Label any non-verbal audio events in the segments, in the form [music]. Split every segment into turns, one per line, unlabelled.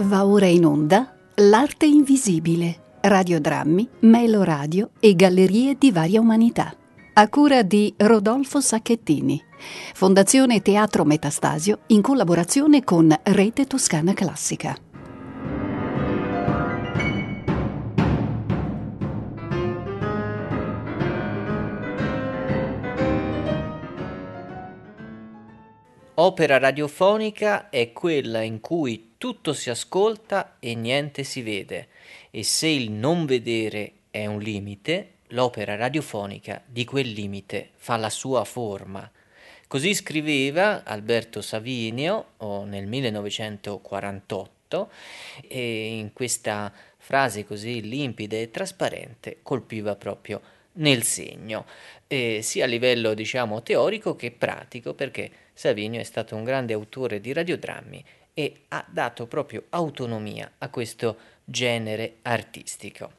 Va ora in onda L'arte invisibile, radiodrammi, meloradio e gallerie di varia umanità. A cura di Rodolfo Sacchettini, Fondazione Teatro Metastasio in collaborazione con Rete Toscana Classica.
Opera radiofonica è quella in cui tutto si ascolta e niente si vede e se il non vedere è un limite, l'opera radiofonica di quel limite fa la sua forma. Così scriveva Alberto Savinio oh, nel 1948 e in questa frase così limpida e trasparente colpiva proprio nel segno, eh, sia a livello diciamo teorico che pratico, perché Savinio è stato un grande autore di radiodrammi e ha dato proprio autonomia a questo genere artistico.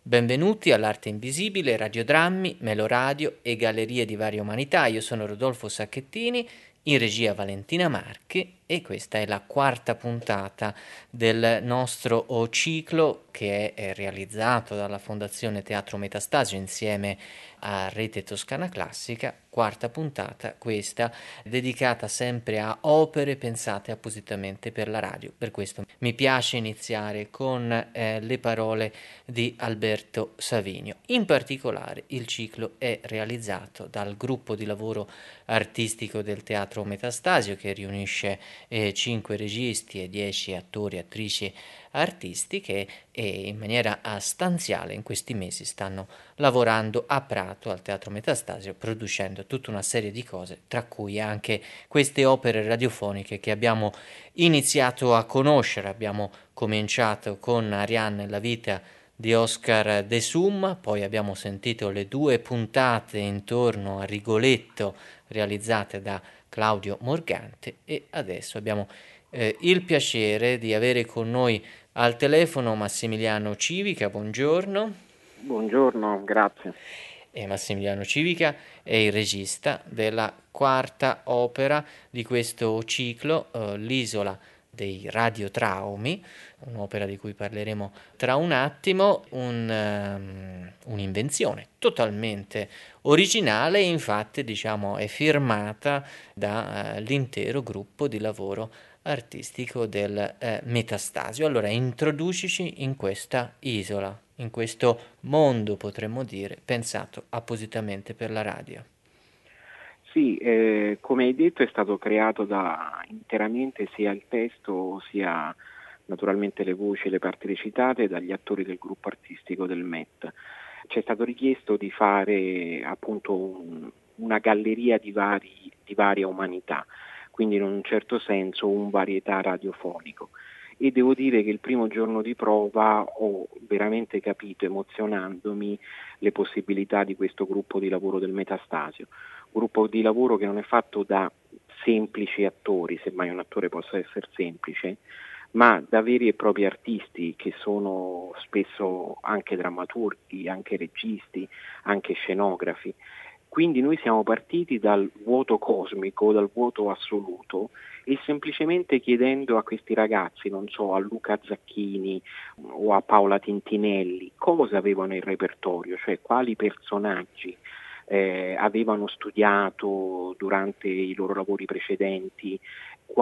Benvenuti all'Arte Invisibile, radiodrammi, meloradio e gallerie di varie umanità. Io sono Rodolfo Sacchettini, in regia Valentina Marchi e questa è la quarta puntata del nostro ciclo che è realizzato dalla Fondazione Teatro Metastasio insieme a Rete Toscana Classica, quarta puntata questa dedicata sempre a opere pensate appositamente per la radio. Per questo mi piace iniziare con eh, le parole di Alberto Savinio. In particolare il ciclo è realizzato dal gruppo di lavoro artistico del Teatro Metastasio che riunisce eh, 5 registi e 10 attori e attrici artistiche e in maniera stanziale in questi mesi stanno lavorando a Prato al Teatro Metastasio producendo tutta una serie di cose tra cui anche queste opere radiofoniche che abbiamo iniziato a conoscere abbiamo cominciato con Arianne la vita di Oscar De Summa, poi abbiamo sentito le due puntate intorno a Rigoletto realizzate da Claudio Morgante e adesso abbiamo eh, il piacere di avere con noi al telefono Massimiliano Civica, buongiorno.
Buongiorno, grazie.
E Massimiliano Civica è il regista della quarta opera di questo ciclo, eh, L'isola dei radiotraumi, un'opera di cui parleremo tra un attimo, un, um, un'invenzione totalmente originale, infatti diciamo è firmata dall'intero uh, gruppo di lavoro artistico del eh, Metastasio. Allora introducici in questa isola, in questo mondo potremmo dire, pensato appositamente per la radio.
Sì, eh, come hai detto è stato creato da, interamente sia il testo sia naturalmente le voci e le parti recitate dagli attori del gruppo artistico del MET. Ci è stato richiesto di fare appunto un, una galleria di, vari, di varia umanità, quindi in un certo senso un varietà radiofonico. E devo dire che il primo giorno di prova ho veramente capito, emozionandomi, le possibilità di questo gruppo di lavoro del Metastasio. Gruppo di lavoro che non è fatto da semplici attori, semmai un attore possa essere semplice, ma da veri e propri artisti che sono spesso anche drammaturghi, anche registi, anche scenografi. Quindi noi siamo partiti dal vuoto cosmico, dal vuoto assoluto e semplicemente chiedendo a questi ragazzi, non so, a Luca Zacchini o a Paola Tintinelli, cosa avevano in repertorio, cioè quali personaggi eh, avevano studiato durante i loro lavori precedenti,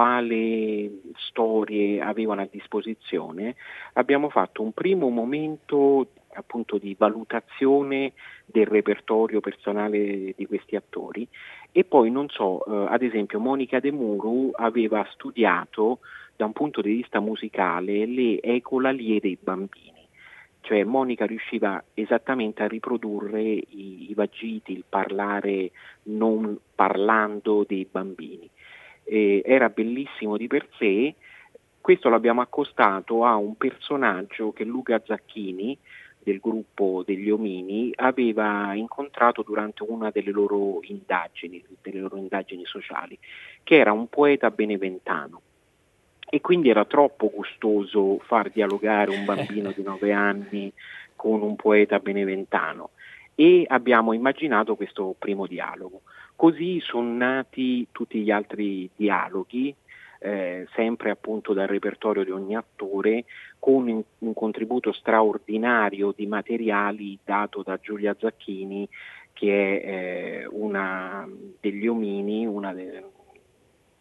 quali storie avevano a disposizione, abbiamo fatto un primo momento appunto di valutazione del repertorio personale di questi attori e poi non so, eh, ad esempio Monica De Muru aveva studiato da un punto di vista musicale le ecolalie dei bambini cioè Monica riusciva esattamente a riprodurre i, i vagiti, il parlare non parlando dei bambini. Eh, era bellissimo di per sé, questo l'abbiamo accostato a un personaggio che Luca Zacchini del gruppo degli omini aveva incontrato durante una delle loro indagini, delle loro indagini sociali, che era un poeta beneventano e quindi era troppo gustoso far dialogare un bambino di 9 anni con un poeta beneventano e abbiamo immaginato questo primo dialogo. Così sono nati tutti gli altri dialoghi eh, sempre appunto dal repertorio di ogni attore, con un, un contributo straordinario di materiali dato da Giulia Zacchini, che è eh, una degli omini, una de,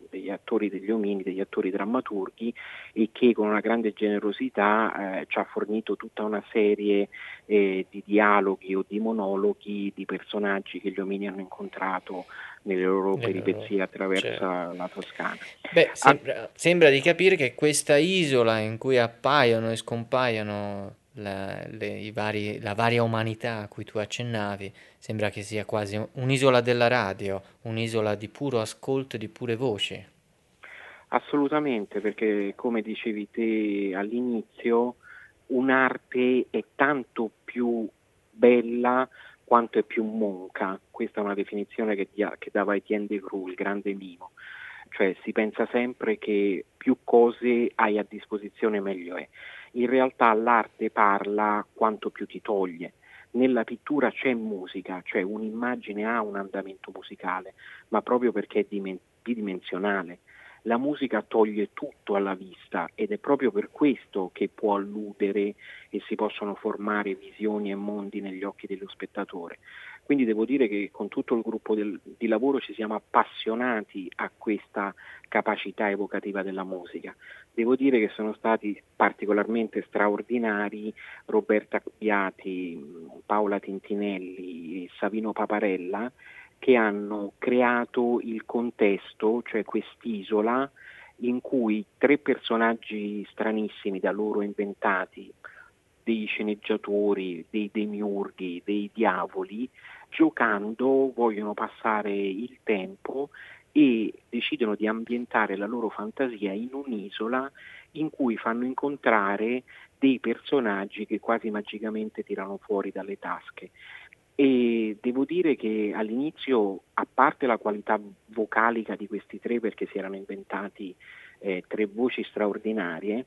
degli attori degli omini, degli attori drammaturghi e che con una grande generosità eh, ci ha fornito tutta una serie eh, di dialoghi o di monologhi di personaggi che gli omini hanno incontrato nelle loro peripezie attraverso certo. la Toscana.
Beh, sembra, ah, sembra, di capire che questa isola in cui appaiono e scompaiono la, le, vari, la varia umanità a cui tu accennavi, sembra che sia quasi un'isola della radio, un'isola di puro ascolto e di pure voce.
Assolutamente, perché come dicevi te all'inizio, un'arte è tanto più bella quanto è più monca. Questa è una definizione che, dia, che dava Etienne de Croo, il grande mimo. Cioè si pensa sempre che più cose hai a disposizione meglio è. In realtà l'arte parla quanto più ti toglie. Nella pittura c'è musica, cioè un'immagine ha un andamento musicale, ma proprio perché è dimen- bidimensionale. La musica toglie tutto alla vista ed è proprio per questo che può alludere e si possono formare visioni e mondi negli occhi dello spettatore. Quindi devo dire che con tutto il gruppo del, di lavoro ci siamo appassionati a questa capacità evocativa della musica. Devo dire che sono stati particolarmente straordinari Roberta Acquiati, Paola Tintinelli e Savino Paparella che hanno creato il contesto, cioè quest'isola, in cui tre personaggi stranissimi da loro inventati, dei sceneggiatori, dei demiurghi, dei diavoli, giocando vogliono passare il tempo e decidono di ambientare la loro fantasia in un'isola in cui fanno incontrare dei personaggi che quasi magicamente tirano fuori dalle tasche e devo dire che all'inizio, a parte la qualità vocalica di questi tre, perché si erano inventati eh, tre voci straordinarie,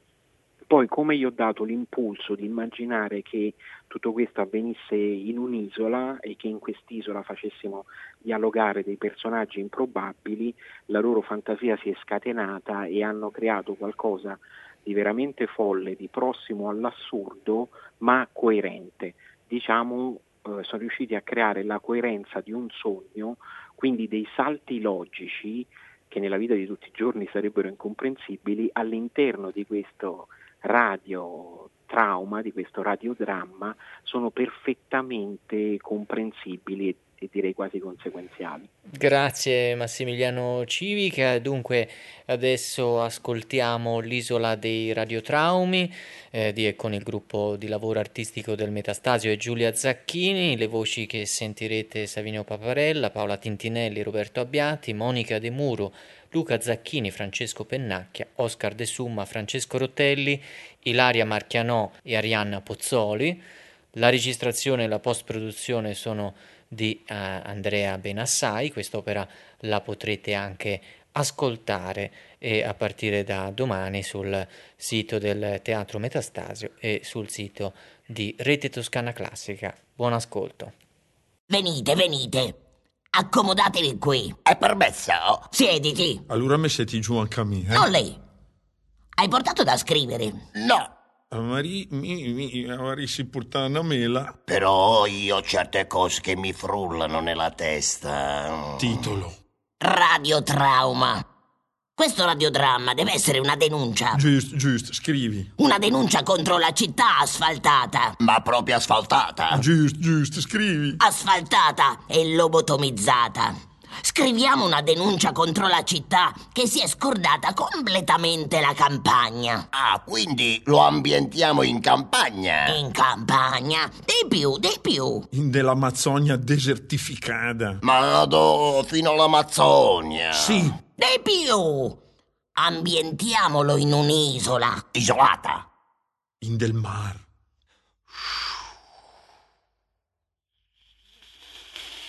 poi come gli ho dato l'impulso di immaginare che tutto questo avvenisse in un'isola e che in quest'isola facessimo dialogare dei personaggi improbabili, la loro fantasia si è scatenata e hanno creato qualcosa di veramente folle, di prossimo all'assurdo, ma coerente. Diciamo sono riusciti a creare la coerenza di un sogno, quindi dei salti logici che nella vita di tutti i giorni sarebbero incomprensibili all'interno di questo radio trauma, di questo radiodramma, sono perfettamente comprensibili e direi quasi conseguenziali.
Grazie Massimiliano Civica, dunque adesso ascoltiamo l'isola dei radiotraumi eh, di, con il gruppo di lavoro artistico del Metastasio e Giulia Zacchini, le voci che sentirete Savino Paparella, Paola Tintinelli, Roberto Abbiati, Monica De Muro, Luca Zacchini, Francesco Pennacchia, Oscar De Summa, Francesco Rotelli, Ilaria Marchianò e Arianna Pozzoli. La registrazione e la post-produzione sono di uh, Andrea Benassai. Quest'opera la potrete anche ascoltare eh, a partire da domani sul sito del Teatro Metastasio e sul sito di Rete Toscana Classica. Buon ascolto.
Venite, venite. Accomodatevi qui. È permesso. Siediti.
Allora mettiti giù anche a me. Eh?
Non lei. Hai portato da scrivere?
No. A Marie mi, mi avrei si portata una mela.
Però io ho certe cose che mi frullano nella testa.
Titolo.
Radiotrauma. Questo radiodramma deve essere una denuncia.
Giusto, giusto, scrivi.
Una denuncia contro la città asfaltata.
Ma proprio asfaltata?
Giusto, giusto, scrivi.
Asfaltata e lobotomizzata. Scriviamo una denuncia contro la città che si è scordata completamente la campagna.
Ah, quindi lo ambientiamo in campagna?
In campagna, di più, di più.
Nell'Amazzonia desertificata.
Ma do, Oh, fino all'Amazzonia.
Sì.
Di più. Ambientiamolo in un'isola.
Isolata.
In del mar.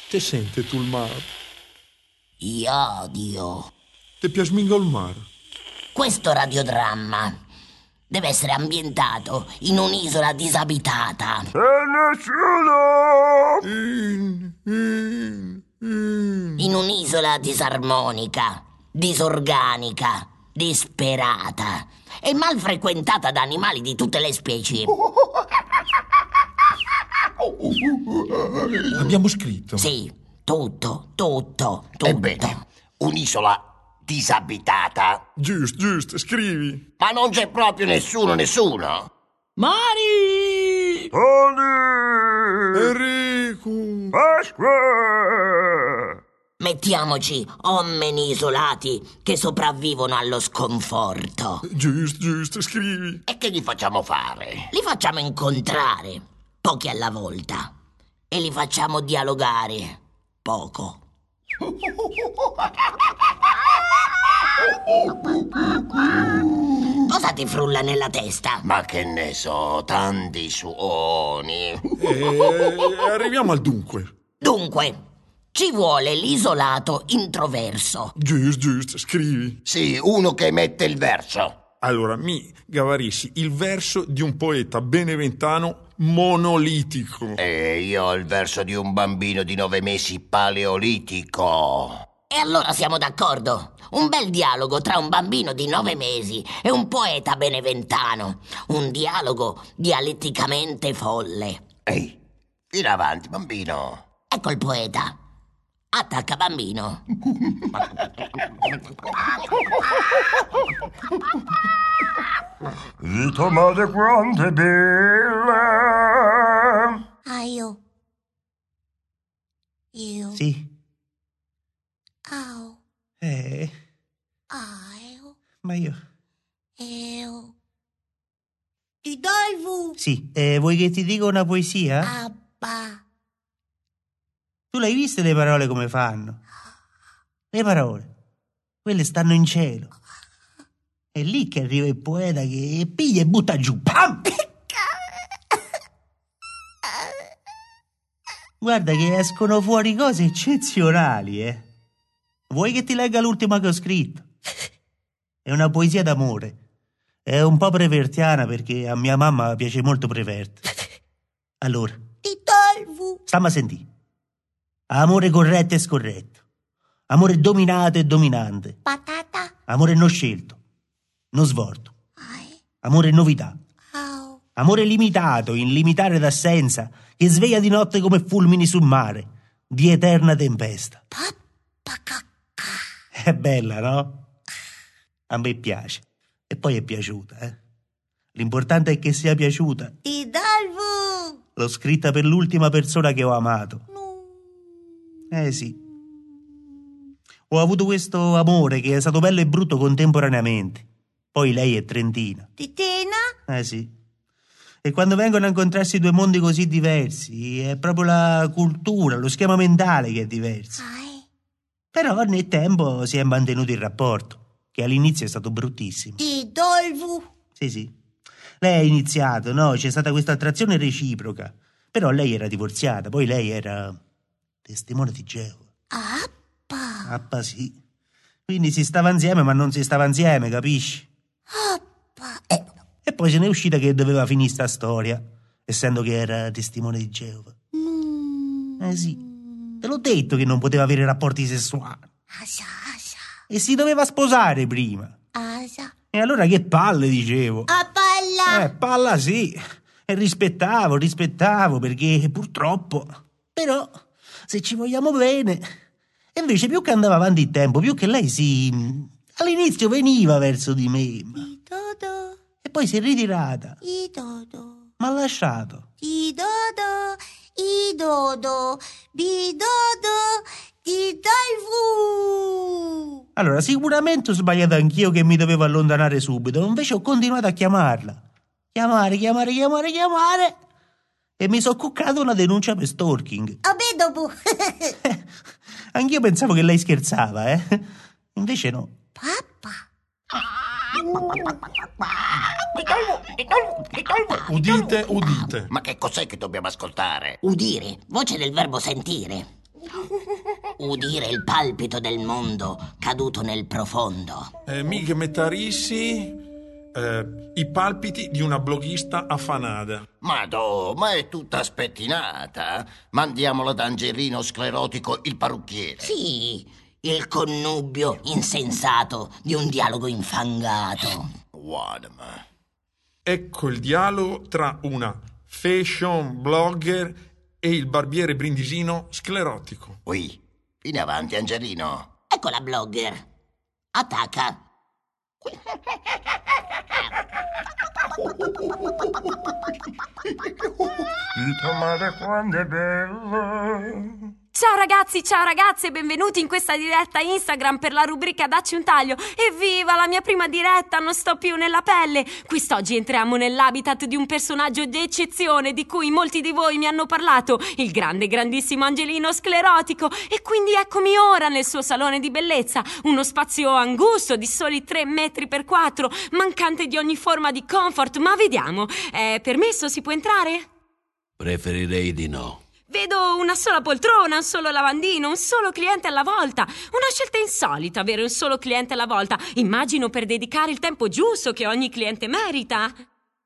Te sente tu il mare?
Io odio.
Ti piace mingo il mare?
Questo radiodramma deve essere ambientato in un'isola disabitata.
E nessuno!
In, in, in.
in un'isola disarmonica, disorganica, disperata e mal frequentata da animali di tutte le specie.
Abbiamo scritto.
Sì, tutto, tutto, tutto.
Ebbene, un'isola disabitata.
Giusto, giusto, scrivi.
Ma non c'è proprio nessuno, nessuno.
Mari!
Enrico.
Mettiamoci uomini isolati che sopravvivono allo sconforto.
Giusto, giusto, scrivi.
E che gli facciamo fare?
Li facciamo incontrare, pochi alla volta, e li facciamo dialogare, poco. Cosa ti frulla nella testa?
Ma che ne so, tanti suoni.
Eh, arriviamo al dunque.
Dunque, ci vuole l'isolato introverso.
Giusto, giusto, scrivi.
Sì, uno che mette il verso.
Allora, mi gavarissi il verso di un poeta beneventano monolitico.
E io ho il verso di un bambino di nove mesi paleolitico.
E allora siamo d'accordo. Un bel dialogo tra un bambino di nove mesi e un poeta beneventano. Un dialogo dialetticamente folle.
Ehi, tira avanti, bambino.
Ecco il poeta. Attacca bambino.
Vita madre quanto è bella.
Ah, io. Io.
Sì,
Au.
eh,
Au.
ma io...
Eu. Ridolvo.
Sì, eh, vuoi che ti dica una
Ah,
poesia?
Abba.
Tu l'hai viste le parole come fanno? Le parole, quelle stanno in cielo. È lì che arriva il poeta che piglia e butta giù. Pam! Guarda che escono fuori cose eccezionali, eh. Vuoi che ti legga l'ultima che ho scritto? È una poesia d'amore. È un po' prevertiana perché a mia mamma piace molto Prevert. Allora,
Ridolvo.
stamma a sentì. Amore corretto e scorretto. Amore dominato e dominante.
Patata.
Amore non scelto, non svolto.
Ai.
Amore novità.
Au.
Amore limitato, in limitare d'assenza, che sveglia di notte come fulmini sul mare, di eterna tempesta.
Pappa cacca.
È bella, no? A me piace. E poi è piaciuta, eh? L'importante è che sia piaciuta.
Ridolvo.
L'ho scritta per l'ultima persona che ho amato.
No.
Eh sì. Ho avuto questo amore che è stato bello e brutto contemporaneamente. Poi lei è trentina.
Titena.
Eh sì. E quando vengono a incontrarsi due mondi così diversi, è proprio la cultura, lo schema mentale che è diverso.
Ai.
Però nel tempo si è mantenuto il rapporto, che all'inizio è stato bruttissimo.
Ridolvo.
Sì, sì. Lei ha iniziato, no? C'è stata questa attrazione reciproca. Però lei era divorziata, poi lei era testimone di Geova.
Appa.
Appa sì. Quindi si stava insieme, ma non si stava insieme, capisci?
Appa. Eh,
E poi se n'è uscita che doveva finire sta storia, essendo che era testimone di Geova. Eh sì. Te l'ho detto che non poteva avere rapporti sessuali.
Asa. Asa.
E si doveva sposare prima.
Asa.
E allora che palle, dicevo.
A palla.
Eh, palla sì. E rispettavo, rispettavo, perché purtroppo... Però, se ci vogliamo bene... E invece più che andava avanti il tempo, più che lei si... mm, All'inizio veniva verso di me, ma-
Ridodo.
e poi si è ritirata,
Ridodo.
ma ha lasciato.
Di dodo, i dodo, bi dodo, di dolvu.
Allora, sicuramente ho sbagliato anch'io che mi dovevo allontanare subito, invece ho continuato a chiamarla. Chiamare, chiamare, chiamare, chiamare. E mi sono cuccato una denuncia per stalking.
Vabbè dopo.
Anch'io pensavo che lei scherzava, eh. Invece no.
Pappa.
[laughs] Udite, udite.
Ma che cos'è che dobbiamo ascoltare?
Udire, voce del verbo sentire. Udire il palpito del mondo caduto nel profondo.
Eh, mi gavetarissi eh, i palpiti di una bloghista affanata.
Madò, ma è tutta spettinata. Mandiamola da Angerino sclerotico il parrucchiere.
Sì, il connubio insensato di un dialogo infangato.
Guarda, ma...
Ecco il dialogo tra una fashion blogger e il barbiere brindisino sclerotico.
Ui, in avanti, Angelino.
Ecco la blogger. Attacca.
Il tomate quando è bello.
Ciao ragazzi, ciao ragazze, benvenuti in questa diretta Instagram per la rubrica Dacci un taglio. Evviva la mia prima diretta, non sto più nella pelle. Quest'oggi entriamo nell'habitat di un personaggio d'eccezione di cui molti di voi mi hanno parlato, il grande, grandissimo Angelino Sclerotico. E quindi eccomi ora nel suo salone di bellezza, uno spazio angusto di soli 3 metri per 4, mancante di ogni forma di comfort, ma vediamo. È permesso, si può entrare?
Preferirei di no.
Vedo una sola poltrona, un solo lavandino, un solo cliente alla volta. Una scelta insolita avere un solo cliente alla volta. Immagino per dedicare il tempo giusto che ogni cliente merita.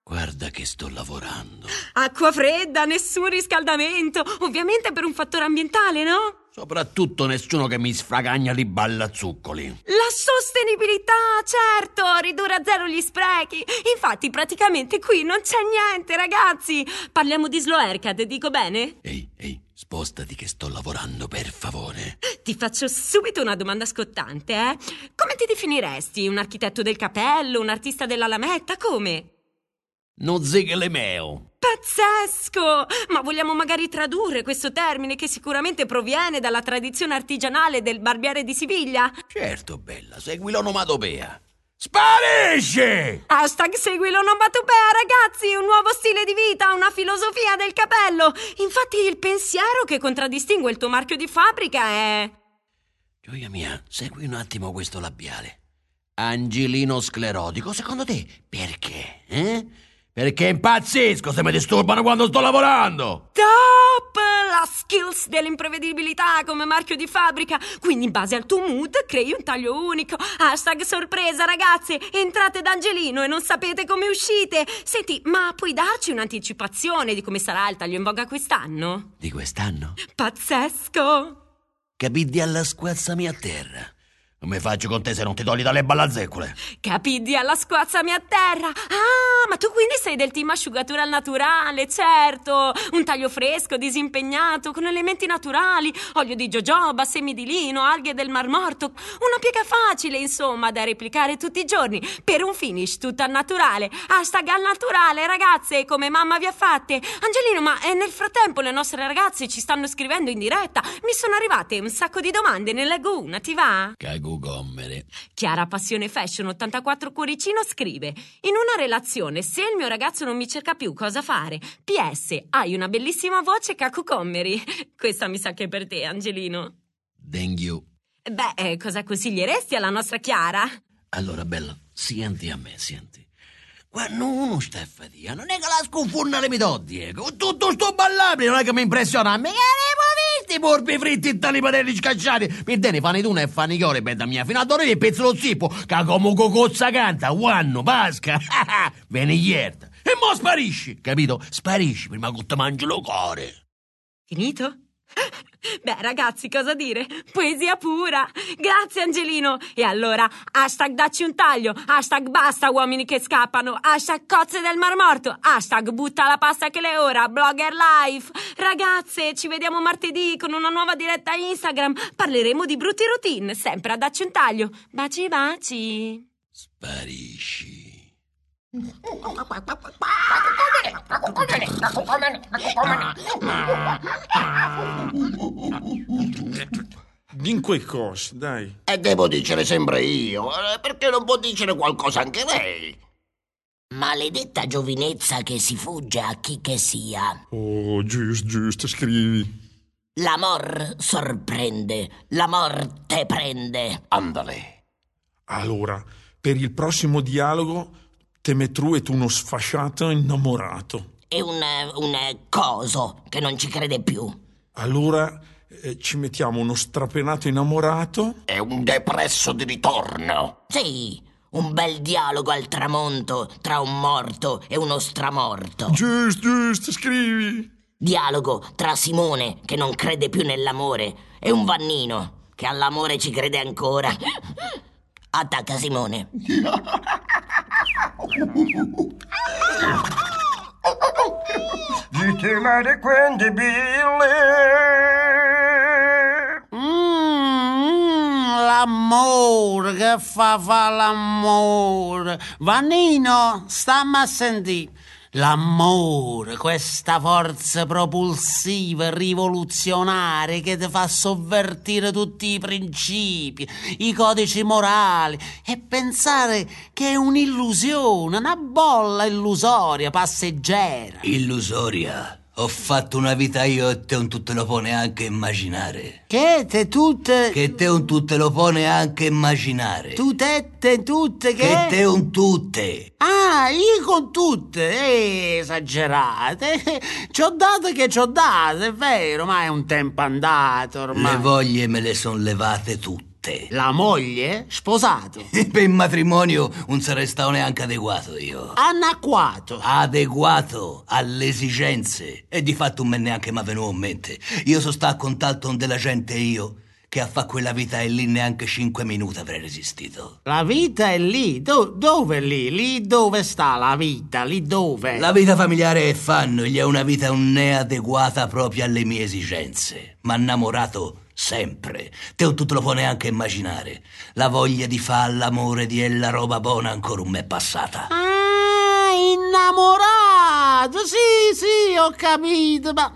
Guarda che sto lavorando.
Acqua fredda, nessun riscaldamento. Ovviamente per un fattore ambientale, no?
Soprattutto nessuno che mi sfragagna di ballazuccoli.
La sostenibilità, certo, ridurre a zero gli sprechi. Infatti, praticamente qui non c'è niente, ragazzi. Parliamo di slow haircut, dico bene?
Ehi, ehi, spostati che sto lavorando, per favore.
Ti faccio subito una domanda scottante, eh? Come ti definiresti? Un architetto del capello, un artista della lametta, come?
Non ziglemeo.
Pazzesco! Ma vogliamo magari tradurre questo termine che sicuramente proviene dalla tradizione artigianale del barbiere di Siviglia?
Certo, bella, segui l'onomatopea. Sparisci!
Hashtag segui l'onomatopea, ragazzi! Un nuovo stile di vita, una filosofia del capello! Infatti il pensiero che contraddistingue il tuo marchio di fabbrica è...
Gioia mia, segui un attimo questo labiale. Angelino sclerotico, secondo te perché? Eh? Perché impazzisco se mi disturbano quando sto lavorando!
Top! La skills dell'imprevedibilità come marchio di fabbrica. Quindi in base al tuo mood crei un taglio unico. Hashtag sorpresa ragazze, entrate da Angelino e non sapete come uscite. Senti, ma puoi darci un'anticipazione di come sarà il taglio in voga quest'anno?
Di quest'anno?
Pazzesco!
Capidi alla squazzami a terra. Non mi faccio con te se non ti togli dalle ballazeccole.
Capidi alla squazzami a terra! Ah, ma tu quindi sei del team asciugatura al naturale, certo! Un taglio fresco, disimpegnato, con elementi naturali, olio di jojoba, semi di lino, alghe del mar morto. Una piega facile, insomma, da replicare tutti i giorni, per un finish tutto al naturale. Hashtag al naturale, ragazze, come mamma vi ha fatte. Angelino, ma eh, nel frattempo le nostre ragazze ci stanno scrivendo in diretta. Mi sono arrivate un sacco di domande, ne leggo una, ti va?
Cagugommere.
Chiara Passione Fashion 84 Cuoricino scrive: In una relazione, se il mio ragazzo non mi cerca più, cosa fare? PS, hai una bellissima voce, cacucommeri. [laughs] Questa mi sa che è per te, Angelino.
Thank you.
Beh, eh, cosa consiglieresti alla nostra Chiara?
Allora, bella, senti a me, senti. Quando uno sta a fatica, non è che la sconfurna le mitodie. Con tutto sto ballabile, non è che mi impressiona. Mi visti, porpi fritti e tali padelli scacciati. Mi dene fanno d'una e fanno i chiore, bella mia. Fino a d'ora e pezzo lo zippo. Che come cocozza canta, guanno, [laughs] pasca. Veni ierta. E mo sparisci, capito? Sparisci prima che ti mangi lo cuore.
Finito? [laughs] Beh, ragazzi, cosa dire? Poesia pura! Grazie, Angelino! E allora, hashtag dacci un taglio, hashtag basta uomini che scappano, hashtag cozze del mar morto, hashtag butta la pasta che le ora, blogger life! Ragazze, ci vediamo martedì con una nuova diretta Instagram. Parleremo di brutti routine, sempre a dacci un taglio. Baci, baci!
Sparisci.
Eh, Dunque cose, dai.
E devo dicere sempre io, eh, perché non può dicere qualcosa anche lei?
Maledetta giovinezza che si fugge a chi che sia.
Oh, giusto, giusto, scrivi.
L'amor sorprende, la morte prende.
Andale.
Allora, per il prossimo dialogo te metru et uno sfasciato innamorato.
È un, eh, un eh, coso che non ci crede più.
Allora eh, ci mettiamo uno strapenato innamorato.
È un depresso di ritorno.
Sì, un bel dialogo al tramonto tra un morto e uno stramorto.
Giusto, giusto, scrivi.
Dialogo tra Simone che non crede più nell'amore e un Vannino che all'amore ci crede ancora. Attacca Simone.
Dite mare quando bille.
Mm, l'amore, che fa fa l'amore. Vanino, stamma a sentire. L'amore, questa forza propulsiva, rivoluzionaria che ti fa sovvertire tutti i principi, i codici morali e pensare che è un'illusione, una bolla illusoria, passeggera.
Illusoria. Ho fatto una vita io e te non te lo può neanche immaginare.
Che te tutte...
Che te non te lo può neanche immaginare.
Tu tette tutte che...
Che te un tutte.
Ah, io con tutte, eh, esagerate. [laughs] Ci ho dato che ci ho dato, è vero, ma è un tempo andato ormai.
Le voglie me le son levate tutte.
La moglie? Sposato.
[laughs] per il matrimonio non sarei stato neanche adeguato io.
Anacquato.
Adeguato alle esigenze. E di fatto non me neanche mi è venuto in mente. Io sono stato a contatto con della gente io che a fa quella vita è lì neanche 5 minuti avrei resistito.
La vita è lì? Do- dove è lì? Lì dove sta la vita? Lì dove?
La vita familiare è fanno, gli è una vita non è adeguata proprio alle mie esigenze. Ma innamorato sempre. Te non te lo puoi neanche immaginare. La voglia di fa l'amore di ella roba buona ancora non m'è passata.
Ah, innamorato! Sì, sì, ho capito, ma...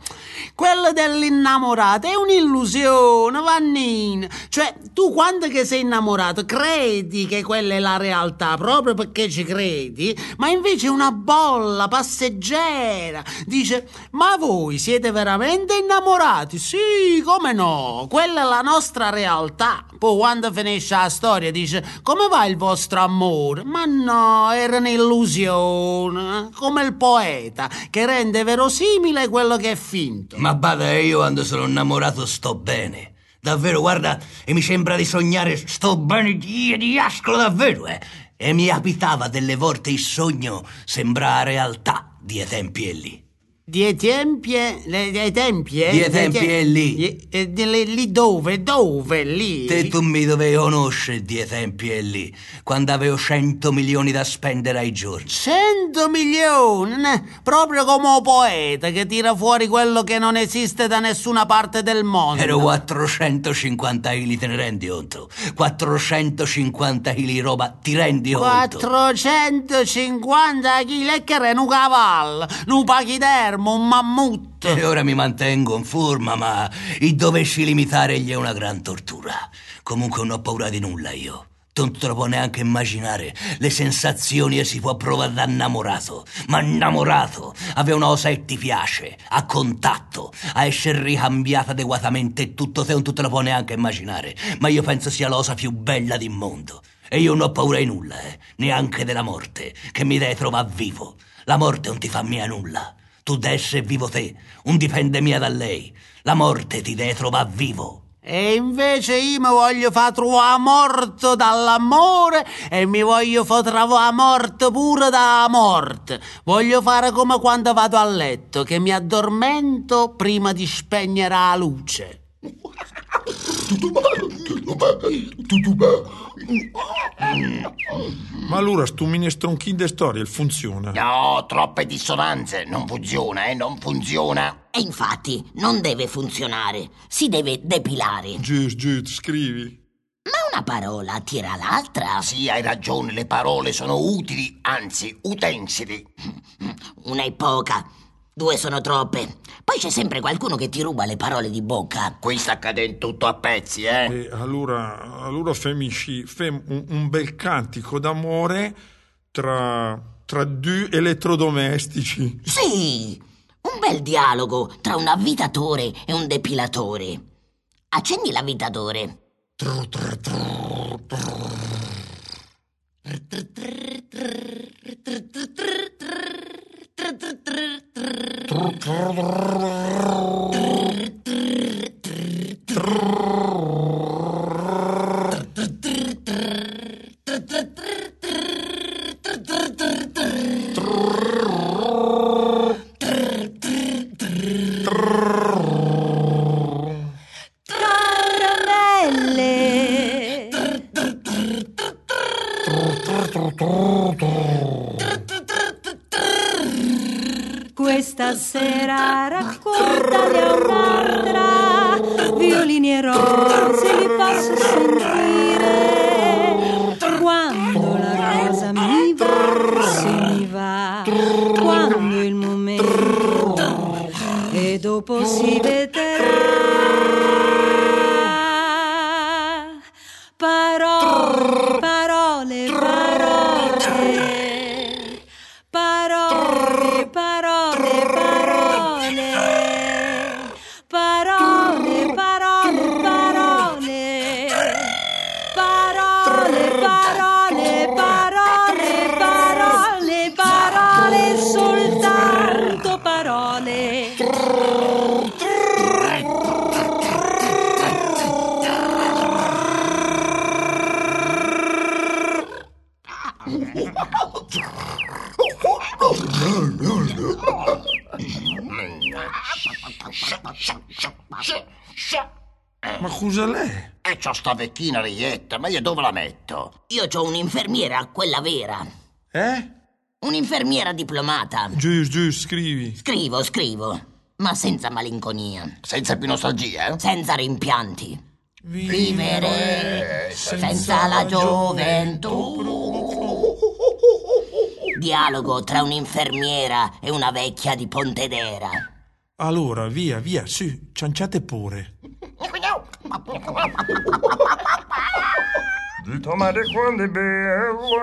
Quella dell'innamorato è un'illusione, Vannina. Cioè, tu quando che sei innamorato credi che quella è la realtà, proprio perché ci credi, ma invece è una bolla passeggera. Dice, ma voi siete veramente innamorati? Sì, come no? Quella è la nostra realtà. Poi quando finisce la storia dice, come va il vostro amore? Ma no, era un'illusione, come il poeta, che rende verosimile quello che è finto.
Certo. Ma bada, eh, io quando sono innamorato sto bene. Davvero, guarda, e mi sembra di sognare, sto bene di, di ascolo davvero, eh. E mi abitava delle volte il sogno, sembra realtà di tempi e lì.
Die tempie, le, die tempie?
Die tempie è lì.
Die, die, lì, lì dove? Dove? Lì?
Te tu mi dovevi conoscere die tempi è lì, quando avevo 100 milioni da spendere ai giorni.
100 milioni? eh, Proprio come un poeta che tira fuori quello che non esiste da nessuna parte del mondo.
Ero 450 kg, te ne rendi conto? 450 kg roba, ti rendi conto?
450 kg e che re, un cavallo, un pachitermo un mammut.
E ora mi mantengo in forma, ma il dovessi limitare gli è una gran tortura. Comunque non ho paura di nulla io. Non te lo puoi neanche immaginare le sensazioni che si può provare da innamorato. Ma innamorato, aveva una cosa che ti piace, a contatto, a essere ricambiata adeguatamente tutto te non te lo puoi neanche immaginare. Ma io penso sia la cosa più bella del mondo. E io non ho paura di nulla, eh. neanche della morte, che mi deve trovare vivo. La morte non ti fa mia nulla tu d'esse vivo te, un dipende mia da lei. La morte ti deve trovare vivo.
E invece io mi voglio far trovare morto dall'amore e mi voglio far trovare morto pure dalla morte. Voglio fare come quando vado a letto, che mi addormento prima di spegnere la luce.
Ma allora sto minestronchino di storie funziona?
No, troppe dissonanze, non funziona, eh, non funziona.
E infatti non deve funzionare, si deve depilare.
Gius, gius, scrivi.
Ma una parola attira l'altra.
Sì, hai ragione, le parole sono utili, anzi, utensili.
[laughs] Una è poca. Due sono troppe. Poi c'è sempre qualcuno che ti ruba le parole di bocca.
Qui sta cadendo tutto a pezzi, eh?
E allora, allora femmici, fem, un, un, bel cantico d'amore tra, tra due elettrodomestici.
Sì, un bel dialogo tra un avvitatore e un depilatore. Accendi l'avvitatore. Tru, tru, tru,
Torrello
sera raccontale a un'altra violinierò se li posso sentire quando la cosa mi va se mi va quando il momento e dopo si vedrà parole parole parole Parole, parole, parole. Parole, parole, parole. Parole, parole, parole, parole, parole, soltanto parole.
Ma scusa lei?
Eh,
E c'ho sta vecchina reietta, ma io dove la metto?
Io ho un'infermiera, quella vera.
Eh?
Un'infermiera diplomata.
Gius, gius, scrivi.
Scrivo, scrivo, ma senza malinconia.
Senza più nostalgia, eh?
Senza rimpianti. Vivere
senza
senza la
la
gioventù. Dialogo tra un'infermiera e una vecchia di Pontedera.
Allora, via, via, sì, cianciate pure.
Tomare quando è bella.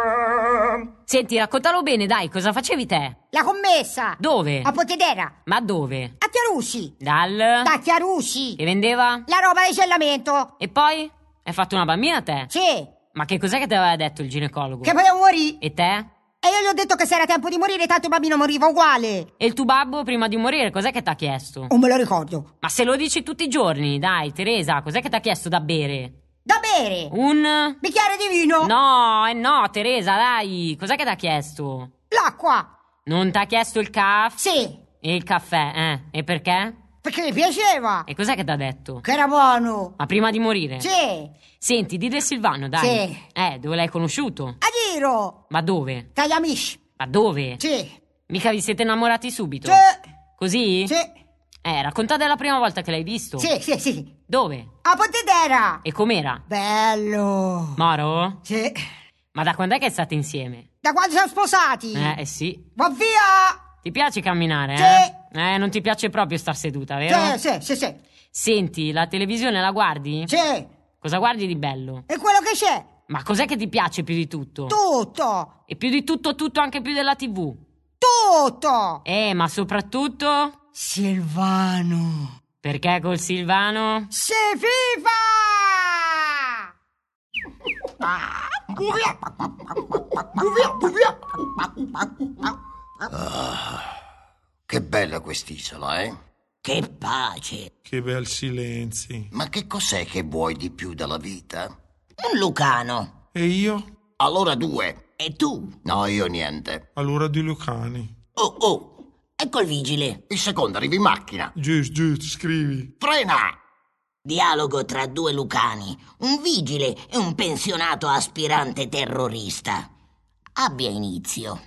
Senti, raccontalo bene, dai, cosa facevi te?
La commessa!
Dove?
A Pontedera!
Ma dove?
A Chiarusi!
Dal...
Da Chiarusi!
E vendeva?
La roba di cellamento!
E poi? Hai fatto una bambina te?
Sì!
Ma che cos'è che ti aveva detto il ginecologo?
Che poi morì!
E te?
E io gli ho detto che se era tempo di morire, tanto il bambino moriva uguale!
E il tuo babbo prima di morire cos'è che ti ha chiesto?
Non me lo ricordo!
Ma se lo dici tutti i giorni, dai, Teresa, cos'è che ti ha chiesto da bere?
Da bere!
Un...
Bicchiere di vino!
No, eh no, Teresa, dai, cos'è che ti ha chiesto?
L'acqua!
Non ti ha chiesto il caffè?
Sì!
E il caffè, eh? E perché?
Perché mi piaceva!
E cos'è che ti ha detto?
Che era buono!
Ma prima di morire?
Sì!
Senti, di del Silvano, dai.
Sì. Eh.
Eh, dove l'hai conosciuto?
A giro!
Ma dove?
Dagli amici!
Ma dove?
Sì!
Mica vi siete innamorati subito?
Sì!
Così?
Sì!
Eh, raccontate la prima volta che l'hai visto.
Sì, sì, sì!
Dove?
A Pontedera!
E com'era?
Bello!
Moro?
Sì!
Ma da quando è che state insieme?
Da quando siamo sposati!
Eh, eh sì.
Va via!
Ti piace camminare,
Sì.
eh? Eh, non ti piace proprio star seduta, vero?
Sì, Cioè, sì, sì, sì!
Senti, la televisione la guardi?
Sì! E
Cosa guardi di bello?
quello che c'è?
Ma cos'è che ti piace più di tutto?
Tutto!
E più di tutto, tutto, anche più della TV.
Tutto!
Eh, ma soprattutto.
Silvano!
Perché col Silvano?
Se viva!
Ah, Che bella quest'isola, eh?
Che pace!
Che bel silenzio.
Ma che cos'è che vuoi di più dalla vita?
Un Lucano!
E io?
Allora due.
E tu?
No, io niente.
Allora di Lucani.
Oh, oh! Ecco il vigile!
Il secondo arriva in macchina.
Gius, gius, scrivi.
Frena!
Dialogo tra due Lucani, un vigile e un pensionato aspirante terrorista. Abbia inizio.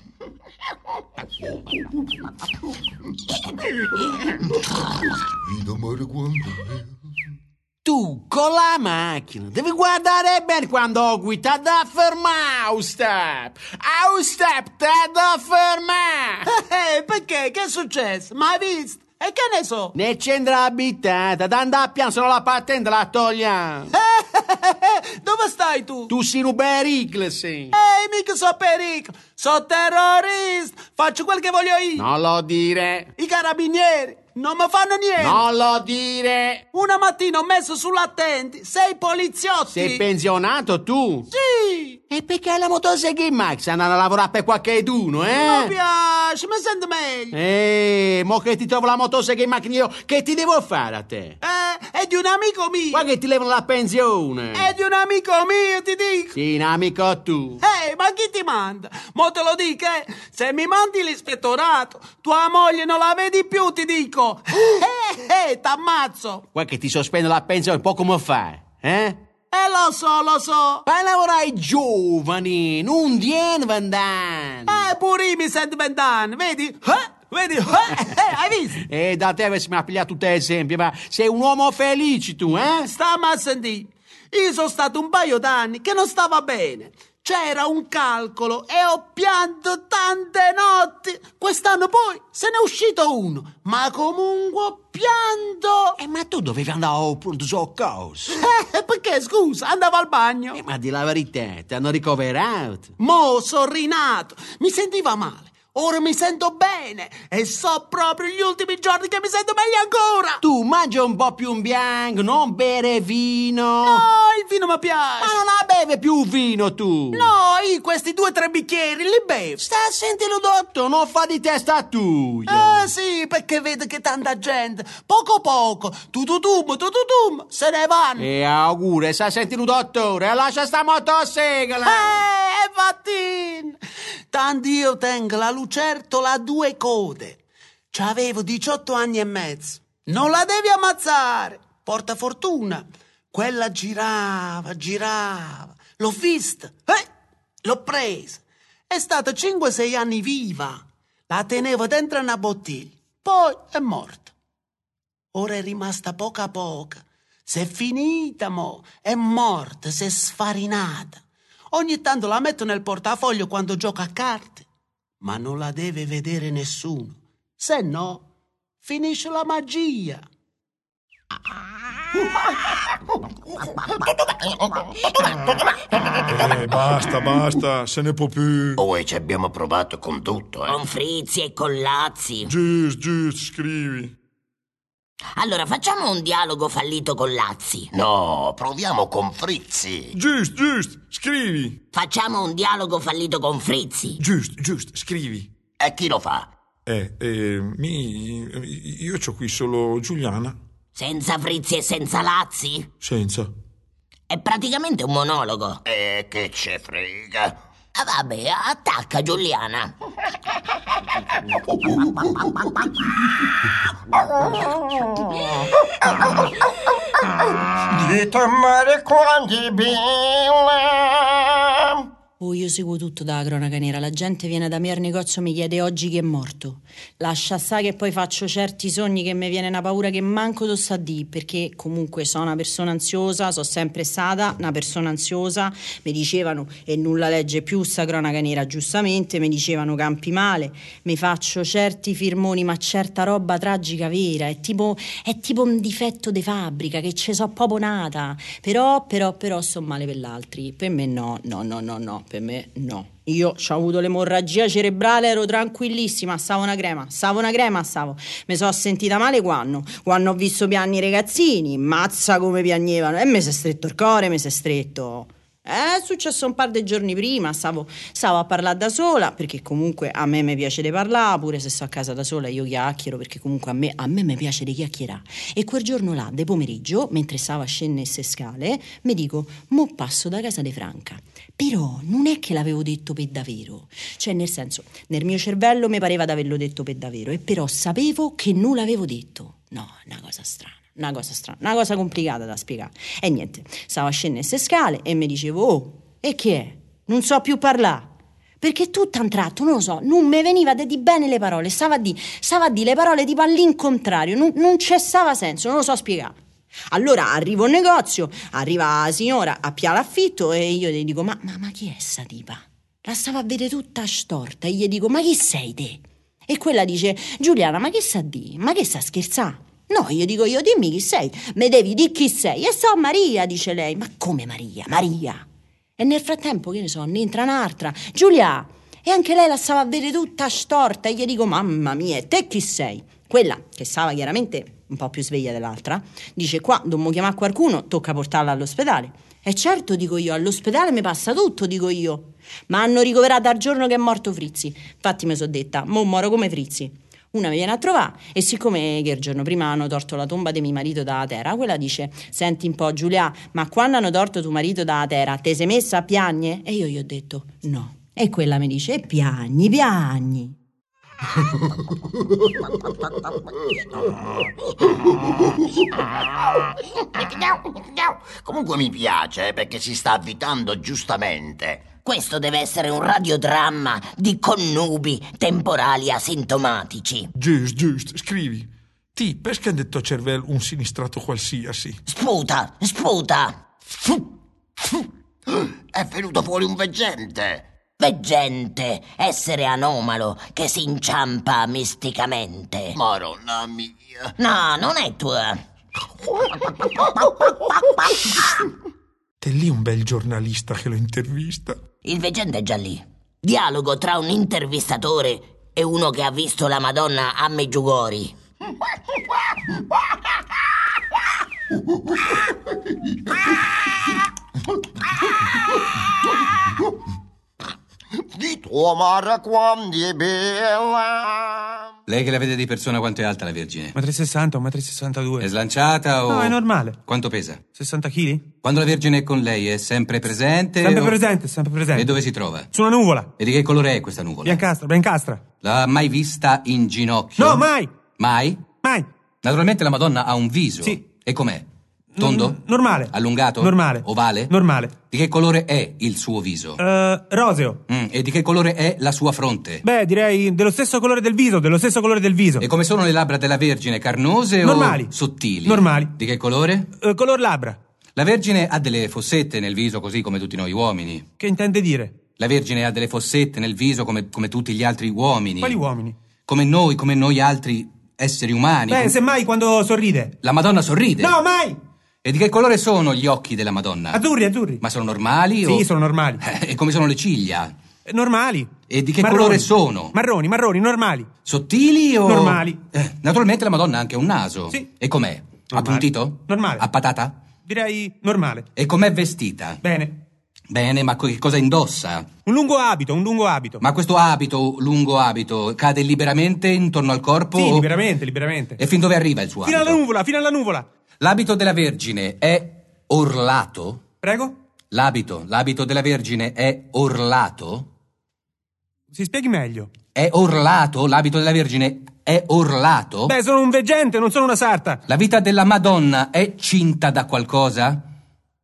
Tu con la macchina devi guardare bene quando guida da fermare un step. A un step te da fermare. Eh, perché? Che è successo? Mai visto? E che ne so? Nel centro abitata, da andare a piano, se no la patente la togliamo. eh, Dove stai tu? Tu sei un pericolo, sì. Ehi, mica so pericolo. So terrorista. Faccio quel che voglio io. Non lo dire. I carabinieri non mi fanno niente. Non lo dire. Una mattina ho messo sull'attenti sei poliziotti. Sei pensionato tu? Sì. E perché la motosega in Max andando a lavorare per qualcheduno, eh? Non piace, mi sento meglio. Eh, mo che ti trovo la motosega in macchina io, che ti devo fare a te? Eh, è di un amico mio. Qua che ti levano la pensione. È di un amico mio, ti dico. Sì, un amico tu. Ehi, ma chi ti manda? Mo te lo dico, eh. Se mi mandi l'ispettorato, tua moglie non la vedi più, ti dico. Eh, eh, t'ammazzo. Qua che ti sospendo la pensione, poi come fai, eh? Eh, lo so, lo so. Fai lavorare i giovani, non di vent'anni. Eh, pure io mi sento vent'anni, vedi? Eh?
Vedi? Eh, eh, hai visto? E da te avessi mi pigliato tutti esempi, ma sei un uomo felice tu, eh?
Stamma a sentire. Io sono stato un paio d'anni che non stava bene. C'era un calcolo e ho pianto tante notti. Quest'anno poi se n'è uscito uno, ma comunque ho pianto.
Eh, ma tu dovevi andare al pronto soccorso.
[laughs] Eh, perché scusa, andavo al bagno.
Eh, ma di la verità, ti hanno ricoverato.
Mo, sono rinato. Mi sentiva male. Ora mi sento bene e so proprio gli ultimi giorni che mi sento meglio ancora.
Tu mangia un po' più un bianco, non bere vino.
No, il vino mi piace.
Ma non beve più vino tu.
No, io questi due o tre bicchieri li bevo.
Sta a sentirlo dotto, non fa di testa tua.
Ah sì, perché vedo che tanta gente, poco poco, tututum, tututum, se ne vanno.
E augure, sta a sentirlo dottore, lascia sta motosegala.
Eh, Fattin, tanto io tengo la luce lucertola a due code. C'avevo 18 anni e mezzo. Non la devi ammazzare. Porta fortuna. Quella girava, girava. L'ho vista. Eh, l'ho presa. È stata 5-6 anni viva. La tenevo dentro una bottiglia. Poi è morta. Ora è rimasta poca a poca. S'è finita, mo. È morta, si è sfarinata. Ogni tanto la metto nel portafoglio quando gioco a carte ma non la deve vedere nessuno, se no finisce la magia.
Eh, basta, basta, se ne può più.
Oh, e ci abbiamo provato con tutto, eh.
Con frizzi e collazzi.
Giusto, giusto, scrivi.
Allora, facciamo un dialogo fallito con Lazzi.
No, proviamo con Frizzi.
Giusto, giusto, scrivi.
Facciamo un dialogo fallito con Frizzi.
Giusto, giusto, scrivi.
E chi lo fa?
Eh, eh mi, io ho qui solo Giuliana.
Senza Frizzi e senza Lazzi?
Senza.
È praticamente un monologo.
E eh, che ce frega?
Ah, vabbè, attacca Giuliana.
Di tornare quando bella.
Oh, io seguo tutto dalla cronaca nera. La gente viene da me al negozio e mi chiede oggi chi è morto. Lascia sa che poi faccio certi sogni che mi viene una paura che manco so sa di, perché comunque sono una persona ansiosa, sono sempre stata una persona ansiosa. Mi dicevano e nulla legge più sta cronaca nera, giustamente, mi dicevano campi male, mi faccio certi firmoni, ma certa roba tragica vera, è tipo, è tipo un difetto di fabbrica che ci so proprio nata. Però, però, però sono male per l'altri. Per me no, no, no, no, no per me no. Io ho avuto l'emorragia cerebrale, ero tranquillissima, stavo una crema, stavo una crema, stavo. Mi sono sentita male quando? Quando ho visto pianni i ragazzini, mazza come piagnevano, e mi si è stretto il cuore, mi si è stretto. Eh, è successo un par di giorni prima, stavo, stavo a parlare da sola, perché comunque a me mi piace di parlare, pure se sto a casa da sola io chiacchiero, perché comunque a me, a me mi piace di chiacchierare. E quel giorno là, de pomeriggio, mentre stavo a scendere le scale, mi dico, mo passo da casa di Franca. Però non è che l'avevo detto per davvero, cioè nel senso, nel mio cervello mi pareva di averlo detto per davvero, e però sapevo che non l'avevo detto. No, una cosa strana una cosa strana, una cosa complicata da spiegare. E niente, stavo a scendere queste scale e mi dicevo, oh, e che è? Non so più parlare. Perché tutto a un tratto, non lo so, non mi veniva di, di bene le parole, stava a di, stava a di le parole tipo all'incontrario, non, non cessava senso, non lo so spiegare. Allora arrivo al negozio, arriva la signora a pia l'affitto e io le dico, ma, ma, ma chi è sta tipa? La stava a vedere tutta storta e gli dico, ma chi sei te? E quella dice, Giuliana, ma che sa di? Ma che sta scherzando? No, io dico io, dimmi chi sei, me devi di chi sei. E so Maria, dice lei. Ma come Maria? Maria. E nel frattempo, che ne so, ne entra un'altra, Giulia. E anche lei la stava a vedere tutta storta e gli dico, mamma mia, e te chi sei? Quella, che stava chiaramente un po' più sveglia dell'altra, dice qua, dobbiamo chiamare qualcuno, tocca portarla all'ospedale. E certo, dico io, all'ospedale mi passa tutto, dico io. Ma hanno ricoverato al giorno che è morto Frizzi. Infatti mi sono detta, mo moro come Frizzi. Una mi viene a trovare e siccome che il giorno prima hanno torto la tomba di mio marito dalla terra, quella dice, senti un po' Giulia, ma quando hanno torto tuo marito dalla terra, te sei messa a piagne? E io gli ho detto, no. E quella mi dice, piagni, piagni.
Comunque mi piace eh, perché si sta avvitando giustamente.
Questo deve essere un radiodramma di connubi temporali asintomatici.
Giusto, giusto, scrivi. Ti, perché hanno detto a cervello un sinistrato qualsiasi?
Sputa, sputa!
È venuto fuori un veggente.
Veggente, essere anomalo che si inciampa misticamente.
Maronna mia.
No, non è tua.
È lì un bel giornalista che lo intervista.
Il veggente è già lì. Dialogo tra un intervistatore e uno che ha visto la Madonna a Meggiugori.
Di tua mare quando è bella.
Lei che la vede di persona quanto è alta la Vergine?
1,60 o 1,62
È slanciata o...
No, è normale
Quanto pesa?
60 kg?
Quando la Vergine è con lei è sempre presente?
Sempre
o-
presente, sempre presente
E dove si trova?
Su una nuvola
E di che colore è questa nuvola?
Biancastra, biancastra
L'ha mai vista in ginocchio?
No, mai
Mai?
Mai
Naturalmente la Madonna ha un viso.
Sì.
E com'è? Tondo?
N- normale
Allungato?
Normale
Ovale?
Normale
Di che colore è il suo viso?
Eh, Roseo
Mm, e di che colore è la sua fronte?
Beh, Eh, direi dello stesso colore del viso, dello stesso colore del viso
E come sono le labbra della Vergine? Carnose
Normali.
o sottili?
Normali.
Di che colore?
Eh, Color labbra
La Vergine ha delle fossette nel viso così come tutti noi uomini.
Che intende dire?
La Vergine ha delle fossette nel viso come, come tutti gli altri uomini.
Quali uomini?
Come noi, come noi altri esseri umani.
Beh,
Com-
semmai quando sorride
La Madonna sorride.
No, mai
E di che colore sono gli occhi della Madonna?
Azzurri, azzurri
Ma sono normali o...
Sì, sono normali
[laughs] E come sono le ciglia?
Eh, Normali
E di che
Marroni.
colore sono?
Marroni, marroni, normali
Sottili o...
Normali.
Eh, naturalmente la Madonna ha anche un naso.
Sì.
E com'è? Appuntito?
Normale.
A patata?
Direi normale
E com'è vestita?
Bene
Bene, ma co- che cosa indossa?
Un lungo abito, un lungo abito
Ma questo abito, lungo abito, cade liberamente intorno al corpo?
Sì,
o-
liberamente, liberamente
E fin dove arriva il suo
Fino alla
abito?
nuvola, fino alla nuvola
L'abito della Vergine è orlato?
Prego?
L'abito, l'abito della Vergine è orlato?
Si spieghi meglio.
È orlato? L'abito della Vergine è orlato?
Beh, sono un veggente, non sono una sarta.
La vita della Madonna è cinta da qualcosa?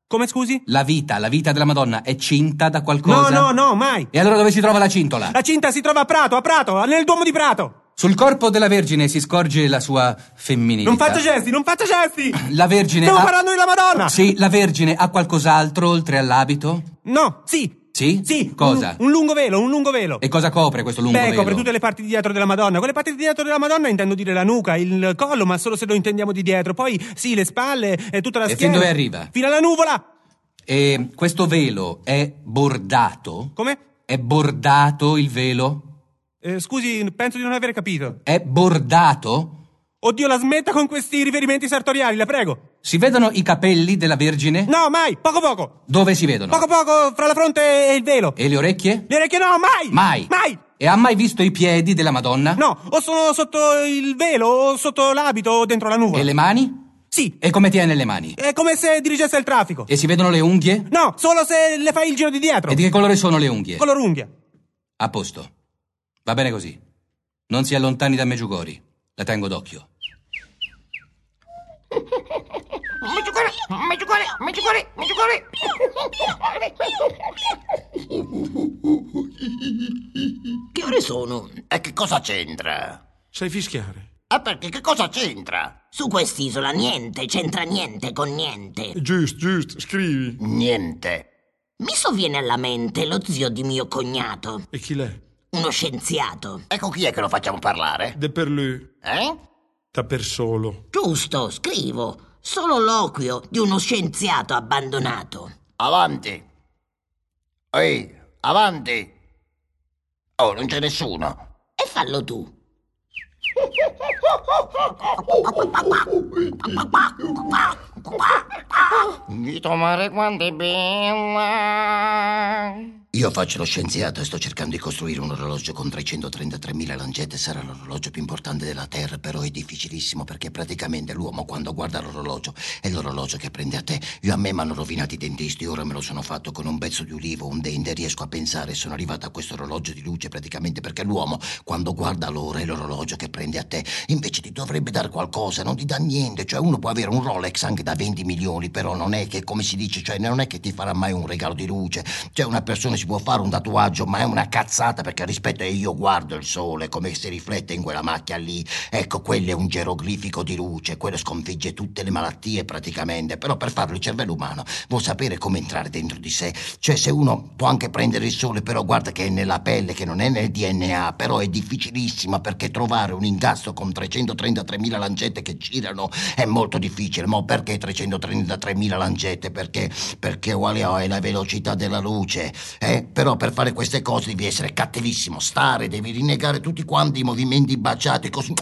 Come scusi?
La vita, la vita della Madonna è cinta da qualcosa?
No, no, no, mai.
E allora dove si trova la cintola?
La cinta si trova a Prato, a Prato, nel Duomo di Prato.
Sul corpo della Vergine si scorge la sua femminilità.
Non faccia gesti, non faccia gesti.
[clears throat] La Vergine
Stiamo
ha...
parlando della Madonna.
Sì, la Vergine ha qualcos'altro oltre all'abito?
No, sì.
Sì?
Sì.
Cosa?
Un, un lungo velo, un lungo velo.
E cosa copre questo lungo
Beh,
velo?
copre tutte le parti di dietro della Madonna. Quelle parti di dietro della Madonna intendo dire la nuca, il collo, ma solo se lo intendiamo di dietro. Poi, sì, le spalle, e tutta la
E fin
schiena.
dove arriva?
Fino alla nuvola.
E questo velo è bordato?
Come?
È bordato il velo?
Eh, scusi, penso di non aver capito.
È bordato?
Oddio, la smetta con questi riferimenti sartoriali, la prego.
Si vedono i capelli della Vergine?
No, mai, poco poco.
Dove si vedono?
Poco poco fra la fronte e il velo.
E le orecchie?
Le orecchie no, mai!
Mai.
Mai!
E ha mai visto i piedi della Madonna?
No, o sono sotto il velo, o sotto l'abito, o dentro la nuvola.
E le mani?
Sì,
E come tiene le mani?
è come se dirigesse il traffico.
E si vedono le unghie?
No, solo se le fai il giro di dietro.
E di che colore sono le unghie?
Color unghia.
A posto. Va bene così. Non si allontani da Meggiugori. La tengo d'occhio.
Meggiugore, Meggiugore, Meggiugore, Meggiugore.
Che ore sono? Mm, E che cosa c'entra?
Sai fischiare?
E perché che cosa c'entra?
Su quest'isola niente c'entra niente con niente.
Giusto, giusto, scrivi.
Eh. Niente.
Mi sovviene alla mente lo zio di mio cognato,
E chi l'è?
uno scienziato.
Ecco chi è che lo facciamo parlare?
De per lui.
Eh?
Ta per solo.
Giusto, scrivo. Sololoquio di uno scienziato abbandonato.
Avanti. Ehi, avanti. Oh, non c'è nessuno.
E fallo tu.
Di tomare quanto è bella. Io faccio lo scienziato e sto cercando di costruire un orologio con 333.000 lancette. Sarà l'orologio più importante della Terra, però è difficilissimo perché praticamente l'uomo quando guarda l'orologio è l'orologio che prende a te. Io a me mi hanno rovinato i dentisti, ora me lo sono fatto con un pezzo di ulivo, un dente, riesco a pensare. Sono arrivato a questo orologio di luce praticamente perché l'uomo quando guarda l'ora è l'orologio che prende a te. Invece ti dovrebbe dare qualcosa, non ti dà niente. Cioè uno può avere un Rolex anche da 20 milioni, però non è che, come si dice, cioè non è che ti farà mai un regalo di luce. Cioè una persona si può fare un tatuaggio, ma è una cazzata perché rispetto a io guardo il sole, come si riflette in quella macchia lì. Ecco, quello è un geroglifico di luce, quello sconfigge tutte le malattie praticamente. Però per farlo il cervello umano vuol sapere come entrare dentro di sé. Cioè se uno può anche prendere il sole, però guarda che è nella pelle, che non è nel DNA, però è difficilissima perché trovare un ingasso con 333.000 lancette che girano è molto difficile. Ma perché 333.000 lancette? Perché? Perché quale è la velocità della luce? Eh, però per fare queste cose devi essere cattivissimo, stare, devi rinnegare tutti quanti i movimenti baciati, così.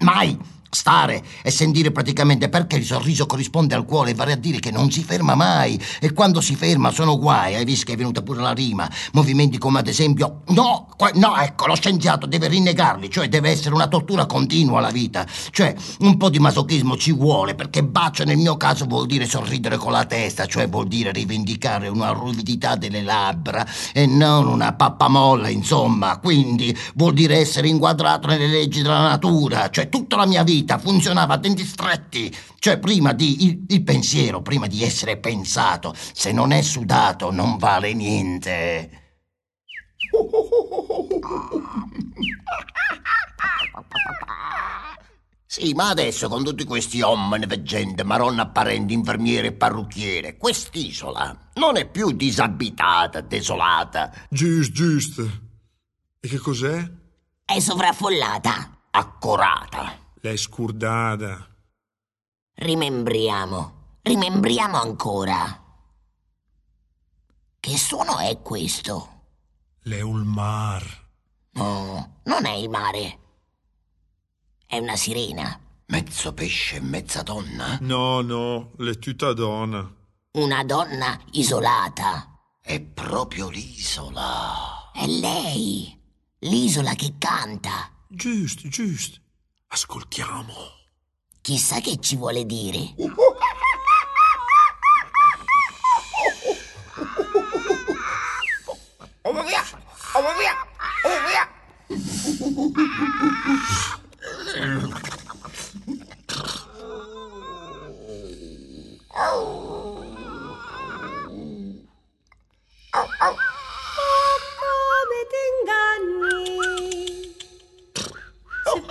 Mai! Stare e sentire praticamente perché il sorriso corrisponde al cuore, vale a dire che non si ferma mai e quando si ferma sono guai, hai visto che è venuta pure la rima, movimenti come ad esempio no, que- no, ecco, lo scienziato deve rinnegarli, cioè deve essere una tortura continua la vita, cioè un po' di masochismo ci vuole perché bacio nel mio caso vuol dire sorridere con la testa, cioè vuol dire rivendicare una ruvidità delle labbra e non una pappamolla, insomma, quindi vuol dire essere inquadrato nelle leggi della natura, cioè tutta la mia vita vita funzionava a denti stretti, cioè prima di il, il pensiero, prima di essere pensato, se non è sudato non vale niente. Sì, ma adesso con tutti questi omne veggente, maronna apparenti, infermiere e parrucchiere, quest'isola non è più disabitata, desolata.
Giusto, giusto. E che cos'è?
È sovraffollata.
Accorata.
L'hai scurdata.
Rimembriamo, rimembriamo ancora. Che suono è questo?
L'è un mar.
No, non è il mare. È una sirena.
Mezzo pesce e mezza donna?
No, no, l'è tutta donna.
Una donna isolata.
È proprio l'isola.
È lei, l'isola che canta.
Giusto, giusto. Ascoltiamo.
Chissà che ci vuole dire.
Oh via! Oh via! Oh via!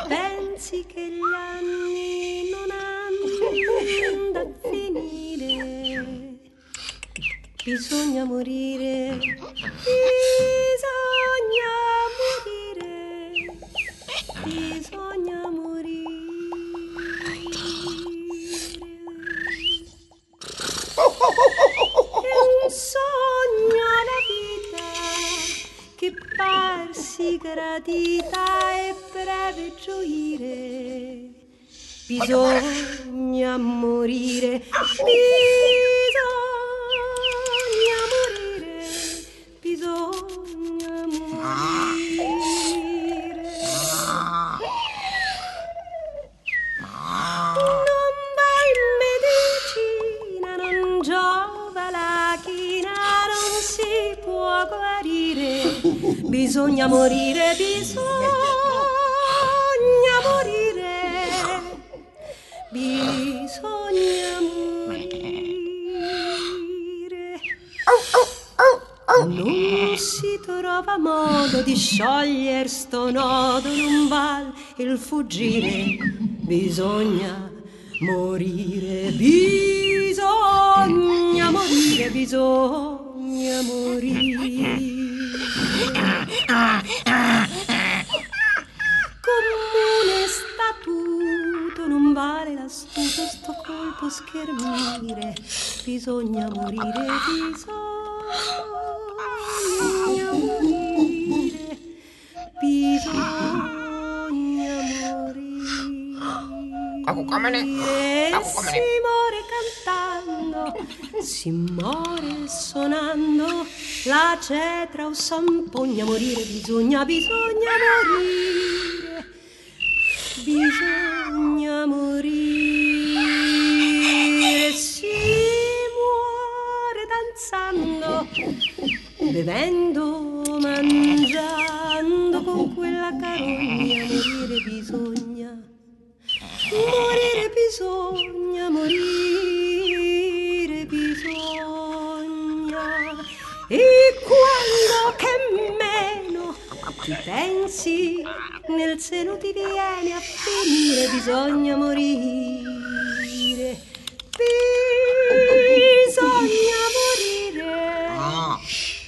pensi che gli anni non hanno da finire. Bisogna morire, bisogna morire, bisogna morire. È un sogno la vita che parsi gradita e breve gioire. Bisogna morire, bisogna morire, bisogna morire. Non va in medicina, non giova la china, non si può guarire. Bisogna morire, bisogna morire, bisogna morire.
Oh.
Non si trova modo di sciogliere sto nodo, non val il fuggire, bisogna morire, bisogna morire, bisogna morire. Comune statuto non vale l'astuto sto colpo schermire bisogna morire bisogna morire bisogna morire E si muore cantando, si muore suonando la cetra o sampogna. Morire bisogna, bisogna morire, bisogna morire. Si muore danzando, bevendo, mangiando con quella carogna. Morire bisogna. Morire bisogna, morire bisogna. E quando che meno ti pensi, nel seno ti viene a finire, bisogna morire. Bisogna morire.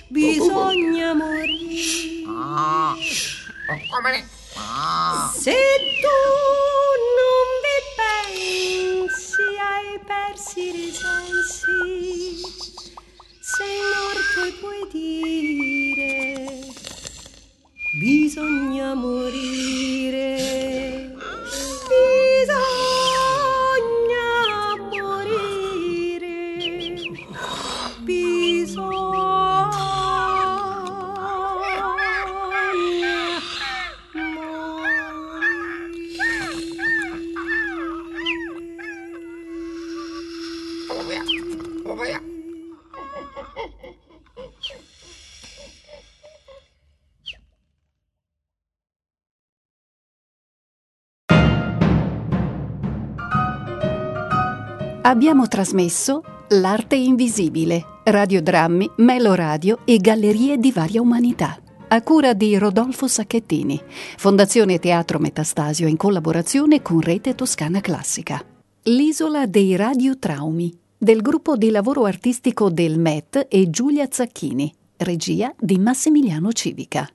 Bisogna morire. Se tu non vi pensi, hai persi i sensi. Se morto e puoi dire, bisogna morire. Bisogna morire. Bisogna.
Abbiamo trasmesso L'arte invisibile, radiodrammi, meloradio e gallerie di varia umanità. A cura di Rodolfo Sacchettini, Fondazione Teatro Metastasio in collaborazione con Rete Toscana Classica. L'isola dei radiotraumi del gruppo di lavoro artistico del MET e Giulia Zacchini, regia di Massimiliano Civica.